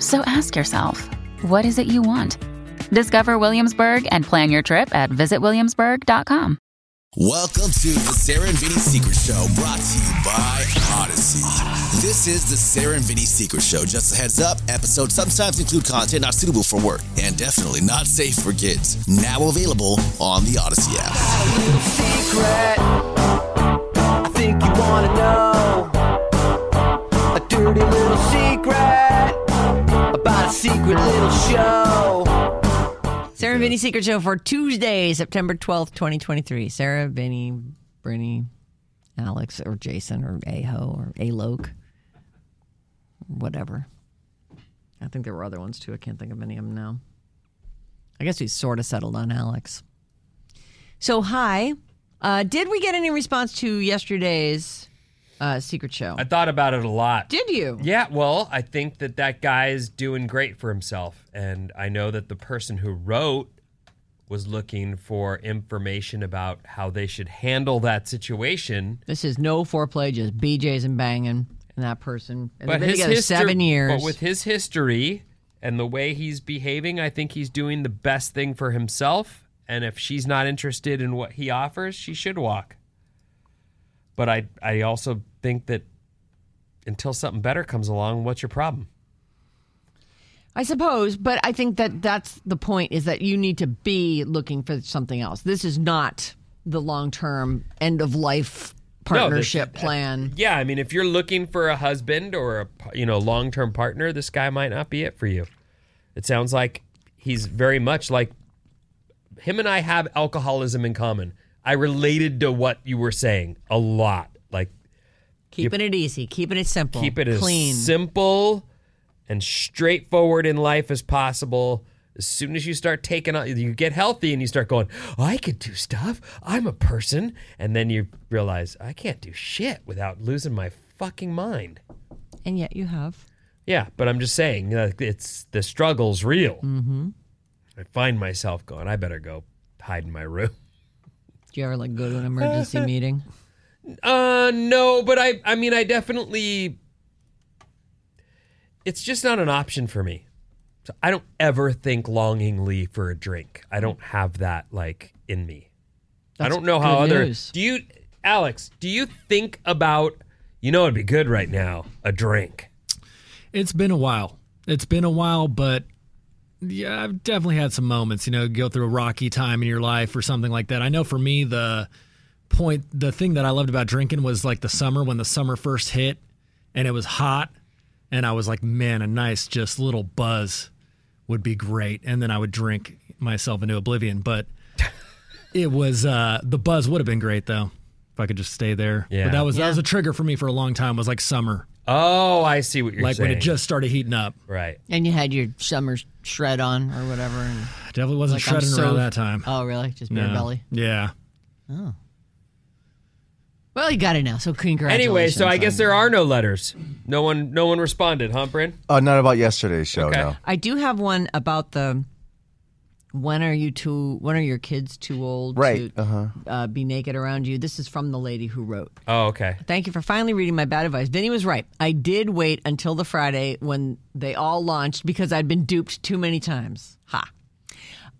So ask yourself, what is it you want? Discover Williamsburg and plan your trip at visitwilliamsburg.com. Welcome to the Sarah and Vinny Secret Show, brought to you by Odyssey. This is the Sarah and Vinny Secret Show. Just a heads up, episodes sometimes include content not suitable for work and definitely not safe for kids. Now available on the Odyssey app. little secret. I think you wanna know a dirty little secret about a secret little show. Sarah and Vinny Secret Show for Tuesday, September 12th, 2023. Sarah, Vinny, Brittany, Alex, or Jason, or Aho, or Alok, whatever. I think there were other ones too. I can't think of any of them now. I guess we sort of settled on Alex. So, hi. Uh, did we get any response to yesterday's uh, Secret Show? I thought about it a lot. did you? yeah, well, I think that that guy is doing great for himself. And I know that the person who wrote was looking for information about how they should handle that situation. This is no foreplay, just BJ's and banging. And that person, and they've But been his together history, seven years. But with his history and the way he's behaving, I think he's doing the best thing for himself. And if she's not interested in what he offers, she should walk. But I, I also think that until something better comes along, what's your problem? I suppose, but I think that that's the point is that you need to be looking for something else. This is not the long term end of life No, this- uh, partnership plan. Yeah, I mean, if you're looking for a husband or a p- you know long term partner, this guy might not be it for you. It sounds like he's very much like him and I have alcoholism in common. I related to what you were saying a lot. Like Keeping it easy, keeping it simple, keep it as Oh. clean. simple and straightforward in life as possible. As soon as you start taking on, you get healthy and you start going, oh, I could do stuff. I'm a person. And then you realize, I can't do shit without losing my fucking mind. and yet you have. Yeah, but I'm just saying, uh, it's the struggle's real. Mm-hmm. I find myself going, I better go hide in my room. Do you ever like go to an emergency meeting? Uh, no, but I, I mean, I definitely, it's just not an option for me. So I don't ever think longingly for a drink. I don't have that like in me. I That's don't know how good other. news. Do you, Alex? Do you think about? You know, it'd be good right now a drink. It's been a while. It's been a while, but yeah, I've definitely had some moments, you know, go through a rocky time in your life or something like that. I know for me, the point, the thing that I loved about drinking was like the summer when the summer first hit and it was hot. And I was like, man, a nice just little buzz would be great. And then I would drink myself into oblivion. But it was, uh, the buzz would have been great though. If I could just stay there. Yeah. But that was, that was a trigger for me for a long time was like summer, Oh, I see what you're like saying. when it just started heating up. right. And you had your summer shred on or whatever. And, Definitely wasn't like, I'm shredding so- around that time. Oh, really? Just No. bare belly. Yeah. Well, you got it now. So congratulations. Anyway, so I guess on- there are no letters. No one, no one responded, huh, Bryn? Uh, not about yesterday's show. Okay. No. I do have one about the when are you too when are your kids too old Right, to uh be naked around you? This is from the lady who wrote. Oh, okay. Thank you for finally reading my bad advice. Vinny was right. I did wait until the Friday when they all launched because I'd been duped too many times. Ha.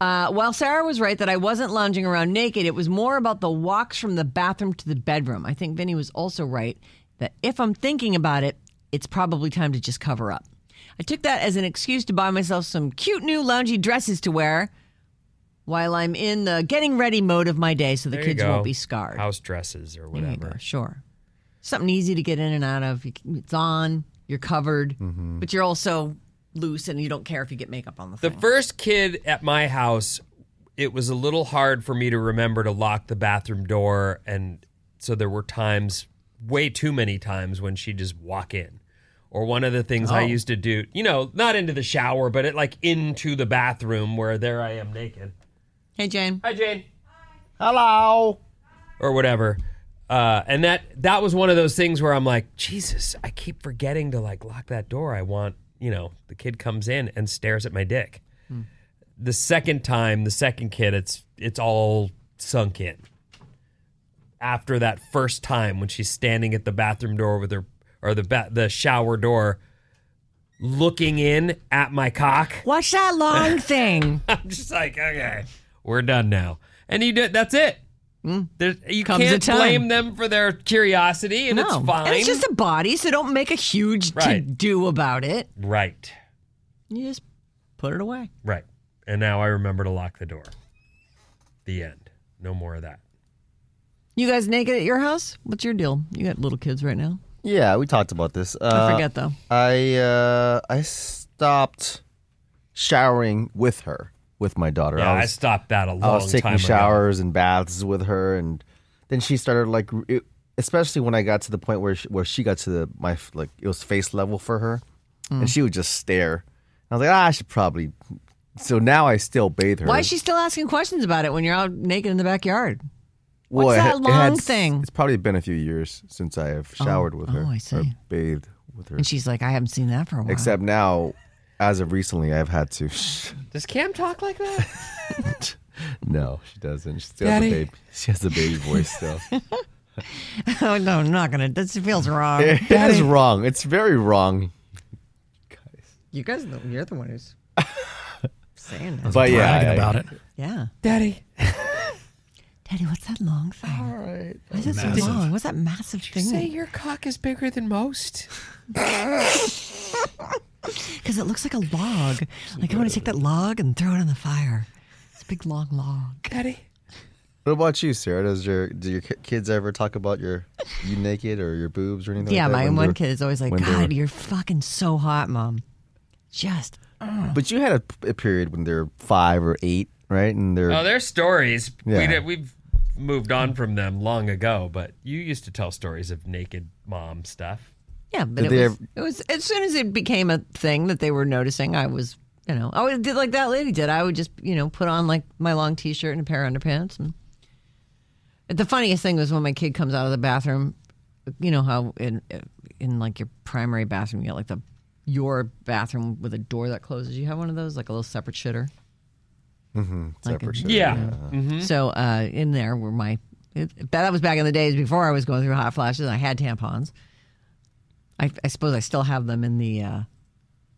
Uh, while Sarah was right that I wasn't lounging around naked, it was more about the walks from the bathroom to the bedroom. I think Vinny was also right that if I'm thinking about it, it's probably time to just cover up. I took that as an excuse to buy myself some cute new loungy dresses to wear while I'm in the getting ready mode of my day so the There you kids go. won't be scarred. House dresses or There you go, whatever. Sure. Something easy to get in and out of. You can- It's on, you're covered, but you're also loose and you don't care if you get makeup on the, Mm-hmm. The thing. first kid at my house, it was a little hard for me to remember to lock the bathroom door. And so there were times, way too many times, when she'd just walk in. Or one of the things Oh. I used to do, you know, not into the shower, but it like into the bathroom where there I am naked. hey, Jane. Hi, Jane. Hello. Or whatever. Uh, and that that was one of those things where I'm like, Jesus, I keep forgetting to like lock that door. I want, you know, the kid comes in and stares at my dick. The second time, the second kid, it's it's all sunk in. After that first time when she's standing at the bathroom door with her or the ba- the shower door looking in at my cock. Watch that long thing. I'm just like, okay, we're done now. And you did. That's it. There's, you Hmm. Comes can't a time. blame them for their curiosity, and no. it's fine. And it's just a body, so don't make a huge to Right. do about it. right, You just put it away. right. And now I remember to lock the door. The end. No more of that. You guys naked at your house? What's your deal? You got little kids right now. Yeah, we talked about this. Uh, I forget though. I uh, I stopped showering with her with my daughter. Yeah, I I, was, stopped that a I long was time taking ago. showers and baths with her, and then she started like, it, especially when I got to the point where she, where she got to the my like it was face level for her, Mm. and she would just stare. I was like, ah, I should probably. So now I still bathe her. Why is she still asking questions about it when you're out naked in the backyard? Well, What's it that ha- it long had s- thing? It's probably been a few years since I have showered with her. oh, I Or see. bathed with her. And uh, she's like, I haven't seen that for a while. Except now, as of recently, I've had to. Does Cam talk like that? no, she doesn't. She still has a Daddy. baby. She has a baby voice still. oh no, I'm not gonna. This feels wrong. that is wrong. It's very wrong. You guys, know, you're the one who's saying that. was But yeah, bragging I- about it. Yeah, Daddy. Daddy, what's that long thing? All right, what's that so Massive. long? What's that massive thing? your cock is bigger than most. Because it looks like a log. Like I want to take that log and throw it on the fire. It's a big long log. Daddy. What about you, Sarah? Does your do your ki- kids ever talk about your you naked or your boobs or anything? Yeah, like that my when one they're- kid is always like, when they were- God, you're fucking so hot, mom. Just But you had a, p- a period when they're five or eight, right? And they're Oh, there's stories. Yeah. We did, we've moved on from them long ago, but you used to tell stories of naked mom stuff. yeah, but it Did they was, it was as soon as it became a thing that they were noticing. I was, you know, I always did like that lady did. I would just, you know, put on like my long t-shirt and a pair of underpants. And the funniest thing was when my kid comes out of the bathroom. You know how in in like your primary bathroom you got like the your bathroom with a door that closes. You have one of those like a little separate shitter. Mm-hmm. separate. shit. Yeah. So uh, in there were my it, that was back in the days before I was going through hot flashes. and I had tampons. I, I suppose I still have them in the uh,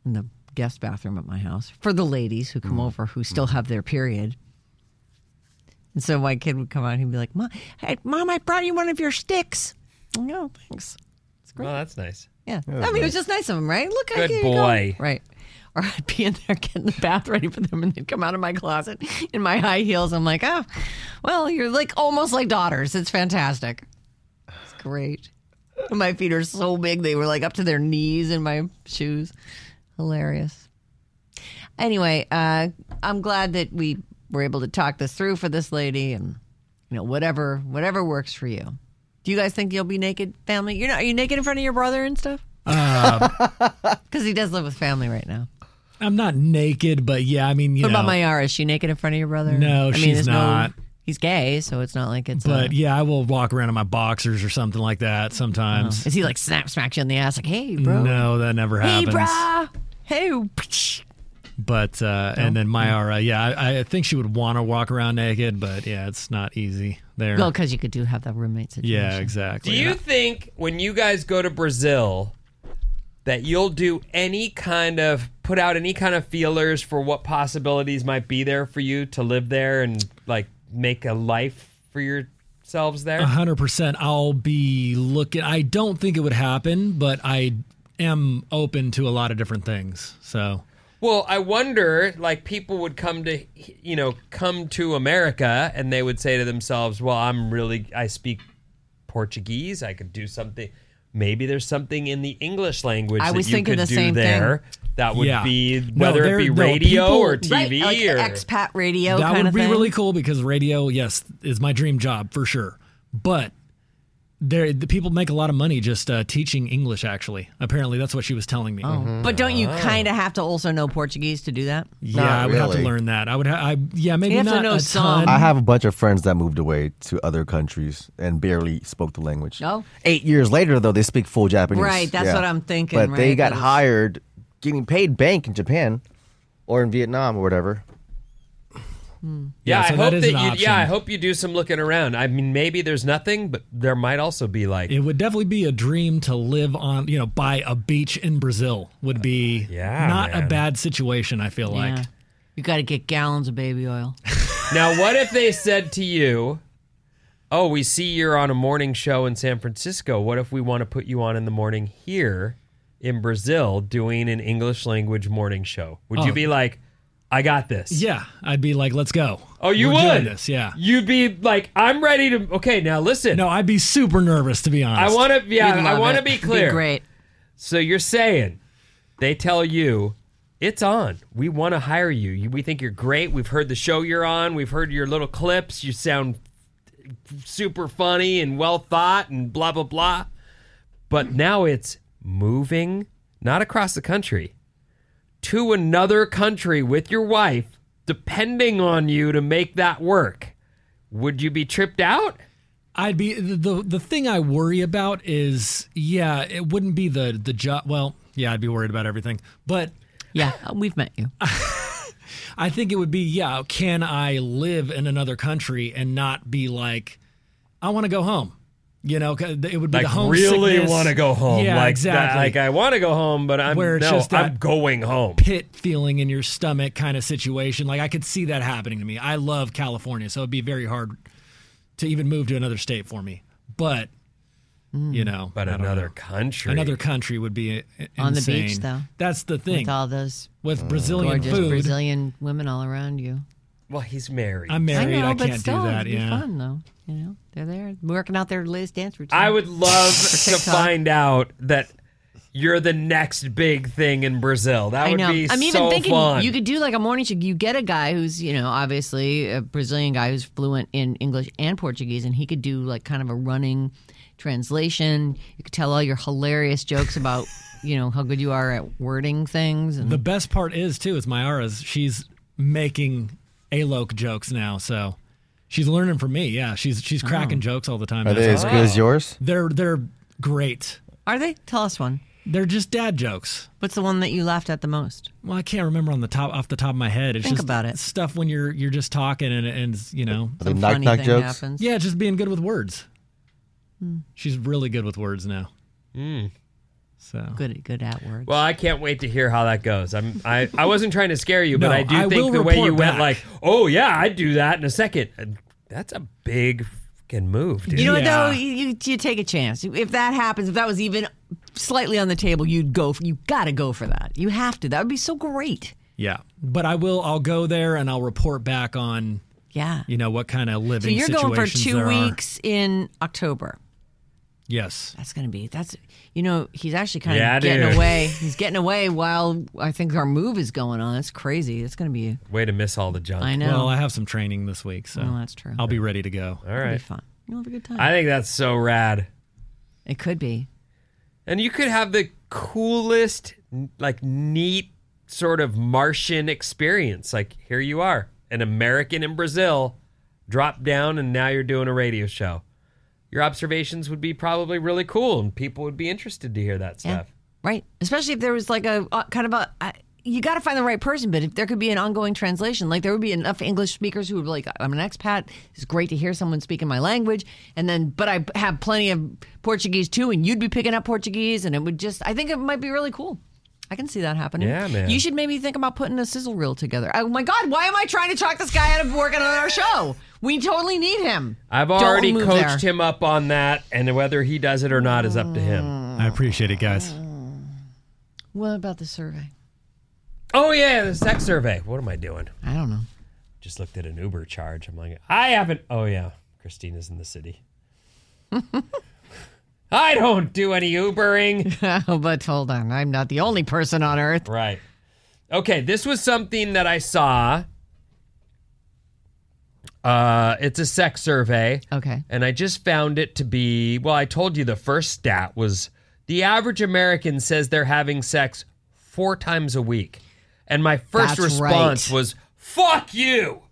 in the guest bathroom at my house for the ladies who come over who still have their period. And so my kid would come out and he'd be like, "Mom, hey, Mom, I brought you one of your sticks." No, thanks. Well, that's nice. Yeah. I mean, it was just nice of him, right? Look, I- Good here you go. boy. Right. Or I'd be in there getting the bath ready for them, and they'd come out of my closet in my high heels. I'm like, oh, well, you're like almost like daughters. It's fantastic. It's great. And my feet are so big, they were like up to their knees in my shoes. Hilarious. Anyway, uh, I'm glad that we were able to talk this through for this lady, and you know, whatever, whatever works for you. Do you guys think you'll be naked, family? You're not. Are you naked in front of your brother and stuff? Um, Because he does live with family right now. I'm not naked, but yeah, I mean, you What know, about uh, Mayara? Is she naked in front of your brother? No, I mean, she's there's no- not. he's gay, so it's not like it's. but a, yeah, I will walk around in my boxers or something like that sometimes. is he like snap smack you in the ass like, hey, bro, No, that never Oh. hey, happens. bro, hey? But uh, and then Myara, yeah, I, I think she would want to walk around naked, but yeah, it's not easy there. Well, because you could do have that roommate situation. yeah, exactly. Do you think when you guys go to Brazil that you'll do any kind of put out any kind of feelers for what possibilities might be there for you to live there and like make a life for yourselves there? hundred percent. I'll be looking. I don't think it would happen, but I am open to a lot of different things. So Well, I wonder, like, people would come to, you know, come to America and they would say to themselves, well, I'm really, I speak Portuguese. I could do something. Maybe there's something in the English language I that was you thinking could the do same thing. there. That would Yeah. be No, whether it there- be no, radio people- or TV right, or like expat radio that kind would of be thing. really cool because radio, yes, is my dream job for sure. But there, the people make a lot of money just uh, teaching English. Actually, apparently, that's what she was telling me. Oh, But don't you Oh. kind of have to also know Portuguese to do that? Yeah, Not I would have to really. learn that. I would, ha- I yeah, maybe have to not know a some. ton. I have a bunch of friends that moved away to other countries and barely spoke the language. Oh. Eight years later, though, they speak full Japanese. Right, that's what I'm thinking, But they right, got that is- hired, getting paid bank in Japan or in Vietnam or whatever. Yeah, Yeah, I so that hope that, is you. an Yeah, I option. hope you do some looking around. I mean, maybe there's nothing, but there might also be like, It would definitely be a dream to live on, you know, by a beach in Brazil would be Yeah, not man. a bad situation, I feel Yeah. like. You got to get gallons of baby oil. now what if they said to you, "Oh, we see you're on a morning show in San Francisco. What if we want to put you on in the morning here in Brazil, doing an English language morning show? Would you Oh. be like, I got this? Yeah, I'd be like, let's go. Oh, you We're would. Doing this, yeah. You'd be like, I'm ready to. Okay, now listen. No, I'd be super nervous, to be I honest. want to. Yeah, We'd I love want to it. be It'd clear. great. So you're saying they tell you it's on. We want to hire you. You- We think you're great. We've heard the show you're on. We've heard your little clips. You sound super funny and well thought and blah blah blah. But now it's moving not across the country to another country with your wife depending on you to make that work. Would you be tripped out? I'd be the, the the thing I worry about is yeah, it wouldn't be the the job. Well, yeah, I'd be worried about everything, but Yeah, uh, we've met you. I think it would be yeah, can I live in another country and not be like I want to go home? You know, 'cause it would be the home wanna Yeah, like exactly. That, like I want to go home, but I'm Where it's no, just I'm that- going home. pit feeling in your stomach kind of situation. Like I could see that happening to me. I love California, so it'd be very hard to even move to another state for me. But you know, Mm. But I don't another know. country, another country would be i- On the beach, insane. though. That's the thing With all those with Brazilian gorgeous food. Brazilian women all around you. Well, he's married. I'm married. I know, I, but can't still, do that. It'd be Yeah. fun though. You know, they're there working out their latest dance routine. I would love to TikTok. find out that you're the next big thing in Brazil. That I would know. be I'm even so thinking fun. you could do like a morning show. You get a guy who's, you know, obviously a Brazilian guy who's fluent in English and Portuguese, and he could do like kind of a running translation. You could tell all your hilarious jokes about, you know, how good you are at wording things. And The best part is too is Myara's. She's making Alok jokes now, so she's learning from me. Yeah, she's Oh. she's cracking jokes all the time. Are now, they so as good as yours? they're they're great. are they? Tell us one. They're just dad jokes. What's the one that you laughed at the most? Well, I can't remember on the top off the top of my head. It's Think just about it. stuff when you're you're just talking and and you know Are they Some knock funny knock thing jokes? happens. yeah, just being good with words. Hmm. She's really good with words now. So Good, good at words. well, I can't wait to hear how that goes. I'm I, I wasn't trying to scare you, but No, I do I think will the way you report went back. like, "Oh yeah, I'd do that in a second. And That's a big fucking move, dude. You know what Yeah. though? You, you, you take a chance. If that happens, if that was even slightly on the table, you'd go. For, you got to go for that. You have to. That would be so great. yeah, but I will. I'll go there and I'll report back on Yeah. you know what kind of so living. you're going for situations two there are. weeks in October. Yes. That's gonna be. That's you know he's actually kind Yeah, of getting dude. away. He's getting away while I think our move is going on. That's crazy. That's gonna be. Way to miss all the junk. I know. Well, I have some training this week, so Well, that's true. Oh. I'll be ready to go. all It'll be right. fun. You'll have a good time. I think that's so rad. it could be. And you could have the coolest, n- like neat sort of Martian experience. Like here you are, an American in Brazil, drop down, and now you're doing a radio show. Your observations would be probably really cool, and people would be interested to hear that Yeah. stuff. Right. Especially if there was like a uh, kind of a. I, you got to find the right person, but if there could be an ongoing translation, like there would be enough English speakers who would be like, I'm an expat. It's great to hear someone speaking my language. And then, but I have plenty of Portuguese too, and you'd be picking up Portuguese, and it would just, I think it might be really cool. I can see that happening. Yeah, man. You should maybe think about putting a sizzle reel together. Oh my God, why am I trying to talk this guy out of working on our show? We totally need him. I've Don't already move coached there. him up on that, and whether he does it or not Mm. is up to him. I appreciate it, guys. What about the survey? Oh yeah, the sex survey. What am I doing? I don't know. Just looked at an Uber charge. I'm like, I haven't. Oh yeah, Christina's in the city. I don't do any Ubering. but hold on, I'm not the only person on earth. Right. Okay, this was something that I saw. Uh, it's a sex survey. Okay. And I just found it to be well, I told you the first stat was the average American says they're having sex four times a week. And my first That's response right. was, fuck you.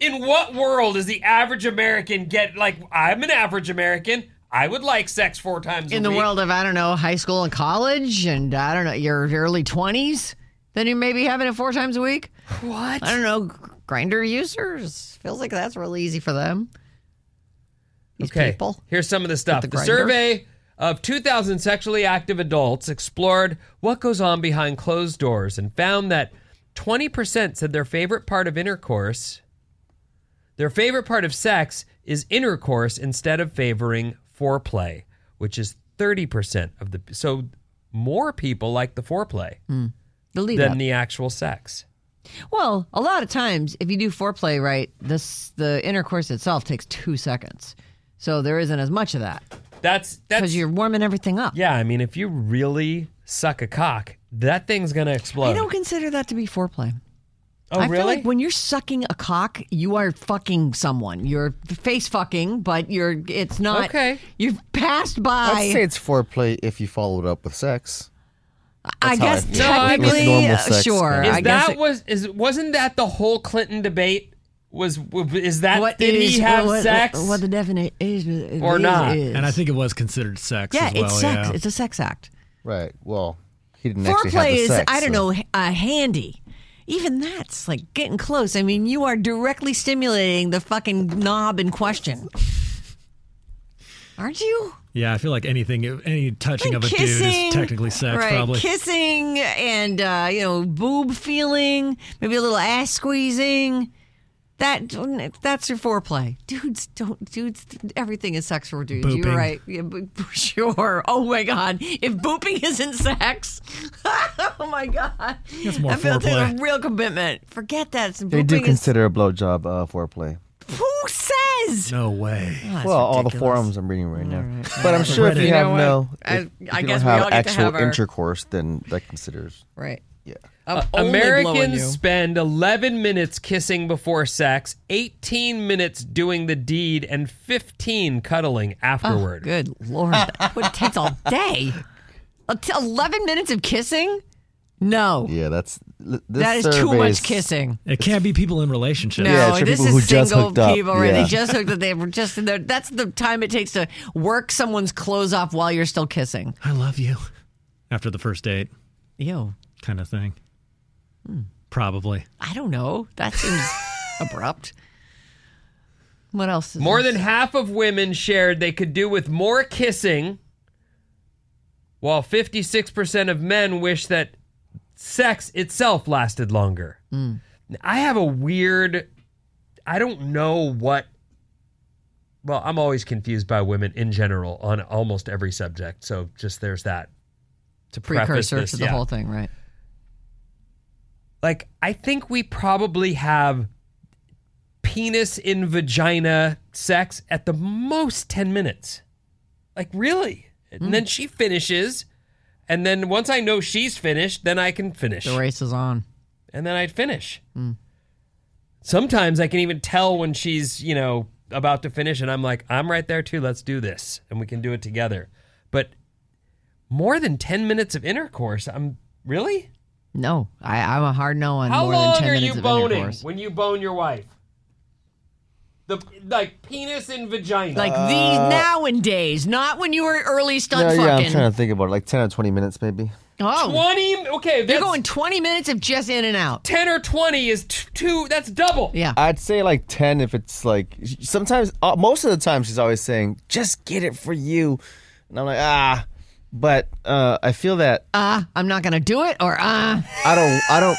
In what world does the average American get like I'm an average American. I would like sex four times In a the week. world of I don't know, high school and college, and I don't know your your early twenties, then you may be having it four times a week. What? I don't know, grinder users feels like that's real easy for them. These people. Here's some of the stuff. the The, Grindr. survey of 2,000 sexually active adults explored what goes on behind closed doors and found that 20% said their favorite part of intercourse, their favorite part of sex is intercourse instead of favoring foreplay, which is 30% of the. So more people like the foreplay Hmm. The lead than up. the actual sex. Well, a lot of times, if you do foreplay right, this the intercourse itself takes two seconds, so there isn't as much of that That's that's because you're warming everything up. yeah. I mean, if you really suck a cock, that thing's gonna explode. I don't consider that to be foreplay. oh, I really? feel like when you're sucking a cock, you are fucking someone. You're face fucking, but you're it's not. Okay. You've passed I'd say by. it's foreplay if you follow it up with sex. I that's how I guess feel. No, I mean- technically, Normal uh, sex, sure. yeah. Is I guess that it- was is wasn't that the whole Clinton debate? Was w- is that what did is- he have what- what, sex? What, the definition is Or is- not. is. And I think it was considered sex. yeah, as well, it's sex. Yeah. It's a sex act. Right. Well, he didn't actually have Foreplay the is sex. I don't so- know uh, handy. Even that's like getting close. I mean, you are directly stimulating the fucking knob in question, aren't you? yeah, I feel like anything, any touching Like of a dude is technically sex, right, probably. Kissing and uh, you know boob feeling, maybe a little ass squeezing. That that's your foreplay, dudes. Don't dudes. Everything is sex for dudes. You're Booping. right. Yeah, bo- sure. Oh my god. If booping isn't sex, oh my god. That's more I feel it's a foreplay. real commitment. Forget that. Booping They do is. consider a blowjob uh, foreplay. Who says? No way. That's well, all the ridiculous. forums I'm reading right now. But I'm sure if Reddit. you, You have know what? no, I- if, if I you guess don't we have all get to actual have our- intercourse, then that considers Right. yeah. I'm only blowing you. Americans spend 11 minutes kissing before sex, 18 minutes doing the deed, and 15 cuddling afterward. Good lord, that would takes all day. A t- Eleven minutes of kissing? No, Yeah, that's l- this that is too survey much is- kissing. It can't be people in relationships. No, Yeah, it's for this people who is just single hooked up. people. Right? They Yeah. just hooked up. They were just in there. That's the time it takes to work someone's clothes off while you're still kissing. I love you. After the first date, Ew. kind of thing. Hmm. Probably. I don't know. That seems abrupt. What else? Is More this? than half of women shared they could do with more kissing, while 56% of men wish that sex itself lasted longer. Hmm. I have a weird, I don't know what. Well, I'm always confused by women in general on almost every subject. So just there's that to preface precursor this, to the yeah whole thing, right? like I think we probably have penis in vagina sex at the most 10 minutes. Like really? And then she finishes and then once I know she's finished, then I can finish. The race is on. And then I'd finish. Sometimes I can even tell when she's, you know, about to finish and I'm like, I'm right there too. Let's do this and we can do it together. But more than 10 minutes of intercourse, I'm really? No, I, I'm a hard no on How more long than ten are minutes you of boning intercourse. when you bone your wife? The like penis and vagina. Like these nowadays, not when you were early Uh, Yeah, stunt yeah, fucking. I'm trying to think about it, like ten or twenty minutes maybe. oh, twenty. Okay, You're that's going 20 minutes of just in and out. ten or twenty is t- two. That's double. Yeah. I'd say like ten if it's like sometimes uh, most of the time she's always saying just get it for you, and I'm like ah, but uh, I feel that Uh, I'm not going to do it or uh. I don't. I don't.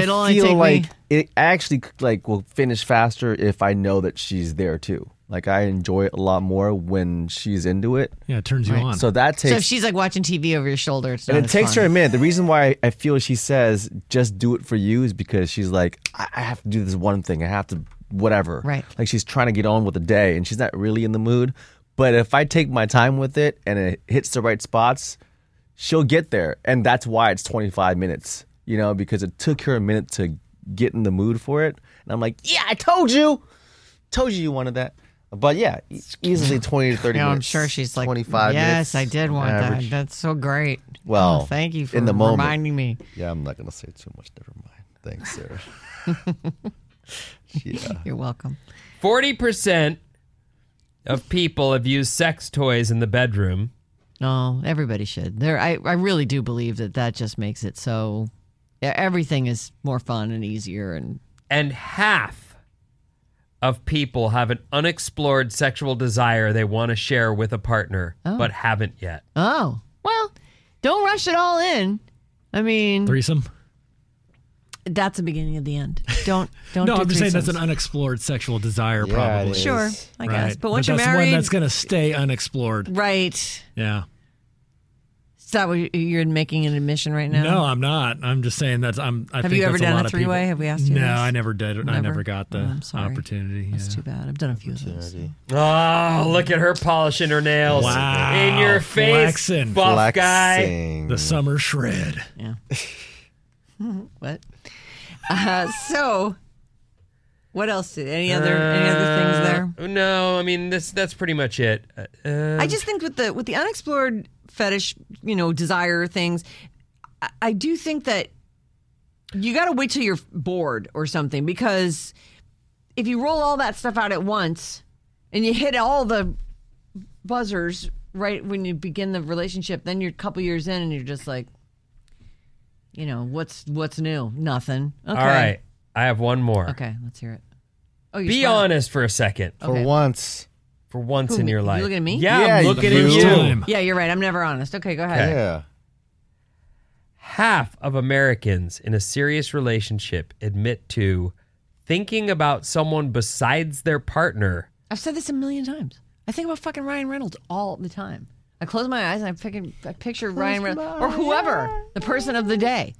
It'll I only feel take me- like it actually like will finish faster if I know that she's there too. Like I enjoy it a lot more when she's into it. Yeah, it turns you on. So that So if takes she's like watching TV over your shoulder, it's and not it as takes fun. her a minute. The reason why I feel she says just do it for you is because she's like, I I have to do this one thing. I have to whatever. Right. Like she's trying to get on with the day and she's not really in the mood. But if I take my time with it and it hits the right spots, she'll get there. And that's why it's 25 minutes, you know, because it took her a minute to get in the mood for it. And I'm like, yeah, I told you. Told you you wanted that. But yeah, e- easily 20 to 30 Yeah, minutes. I'm sure she's like 25 Yes, minutes I did on want average." that. That's so great. Well, Oh, thank you for in the moment. reminding me. Yeah, I'm not gonna say too much. Never mind. Thanks, Sarah. yeah. You're welcome. Forty percent of people have used sex toys in the bedroom. No, everybody should. There, I, I really do believe that that just makes it so e- everything is more fun and easier. And and half of people have an unexplored sexual desire they want to share with a partner but haven't yet. oh, well, don't rush it all in. I mean, Threesome? that's the beginning of the end. Don't don't. No, do I'm just saying that's an threesomes. unexplored sexual desire, Yeah, probably. it is. sure, I Right. guess. But once that's you're married, one that's going to stay unexplored. right? Yeah. Is that what you're making an admission right now? No, I'm not. I'm just saying that's. I'm. I Have think you ever that's done a lot of people- three-way? Have we asked you No, this? I never did. I Never? never got the Oh, I'm sorry. opportunity. That's yeah. too bad. I've done a few of those. Oh, look at her polishing her nails. Wow. In your face, Flexing. buff guy. Flexing. The summer shred. What? Uh, so, what else? Did any other any other things there? Uh, No, I mean this. That's pretty much it. Uh, I just think with the with the unexplored fetish, you know, desire things, I, I do think that you got to wait till you're bored or something because if you roll all that stuff out at once and you hit all the buzzers right when you begin the relationship, then you're a couple years in and you're just like, you know, what's what's new? Nothing. Okay. All right, I have one more. Okay, let's hear it. Oh, you're Be smart. honest for a second, For Okay. once. for once Who, in your you life. looking at me? Yeah, Yeah, I'm you looking at first you. time. Yeah, you're right. I'm never honest. Okay, go ahead. Yeah. half of Americans in a serious relationship admit to thinking about someone besides their partner. I've said this a million times. I think about fucking Ryan Reynolds all the time. I close my eyes and I, fucking, I picture Ryan Reynolds or whoever, the person of the day.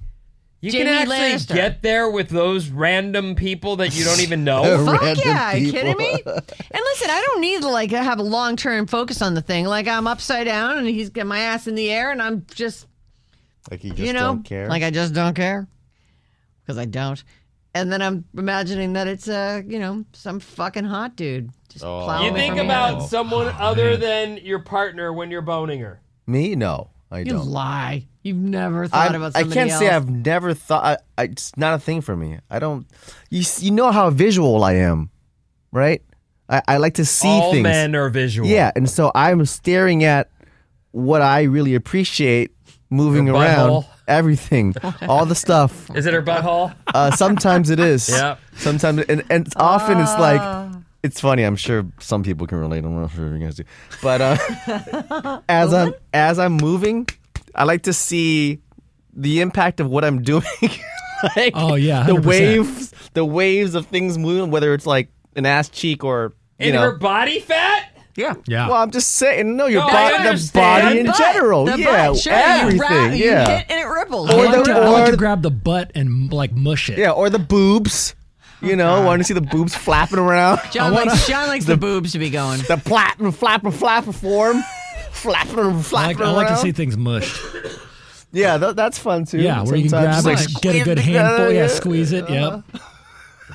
You Jamie can actually Lannister. get there with those random people that you don't even know. Fuck Random yeah, are you people. kidding me? And listen, I don't need to like have a long term focus on the thing. Like I'm upside down and he's got my ass in the air and I'm just Like you just you know, don't care. like I just don't care because I don't. And then I'm imagining that it's uh, you know, some fucking hot dude just Oh. plowing. you think from about Oh. someone other than your partner when you're boning her. me? No, I you don't. lie. You've never I, thought about I somebody can't else. say I've never thought. I, I, it's not a thing for me. I don't. You s- you know how visual I am, right? I, I like to see All things. men are visual. Yeah, and so I'm staring at what I really appreciate moving Your around. butthole. Everything, all the stuff. Is it her butthole? Uh, sometimes it is. Yep. Sometimes, and, and it's often it's Ah. like, it's funny. I'm sure some people can relate. I'm not sure if you guys do, but uh, as I'm as I'm moving, I like to see the impact of what I'm doing. like, Oh, yeah, the 100%. waves, the waves of things moving, whether it's like an ass cheek or you In know, her body fat? yeah. Yeah. Well, I'm just saying, no, your No, I body, the understand. body in butt, general, the yeah, butt, sure, everything, You wrap, yeah, you hit and it ripples. I Or One like, the- to, time. I like or to the- grab the butt and like mush it. yeah, or the boobs. Oh, You know, want to see the boobs flapping around. John, likes, John likes the, boobs to be going. the plat and flap and flap and form. Flapping and I flapping like, I like to around. see things mushed. Yeah, tha- that's fun too. Yeah, where you can grab Sometimes it, just get a good squeeze it handful, yeah, together. squeeze it. Yep.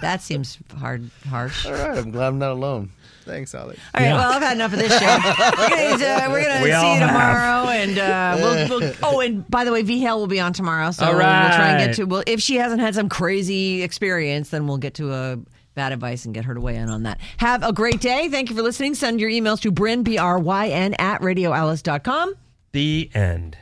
That seems hard, harsh. All right, All right, I'm glad I'm not alone. Thanks, Alex. Yeah. well, I've had enough of this show. We're gonna, uh, we're gonna We see all you have. tomorrow, and uh, we'll, we'll. Oh, and by the way, V Hale will be on tomorrow, so All we'll try and right. get to. Well, if she hasn't had some crazy experience, then we'll get to a bad advice and get her to weigh in on that. Have a great day. Thank you for listening. Send your emails to Bryn B R Y N at radioalice.com. The end.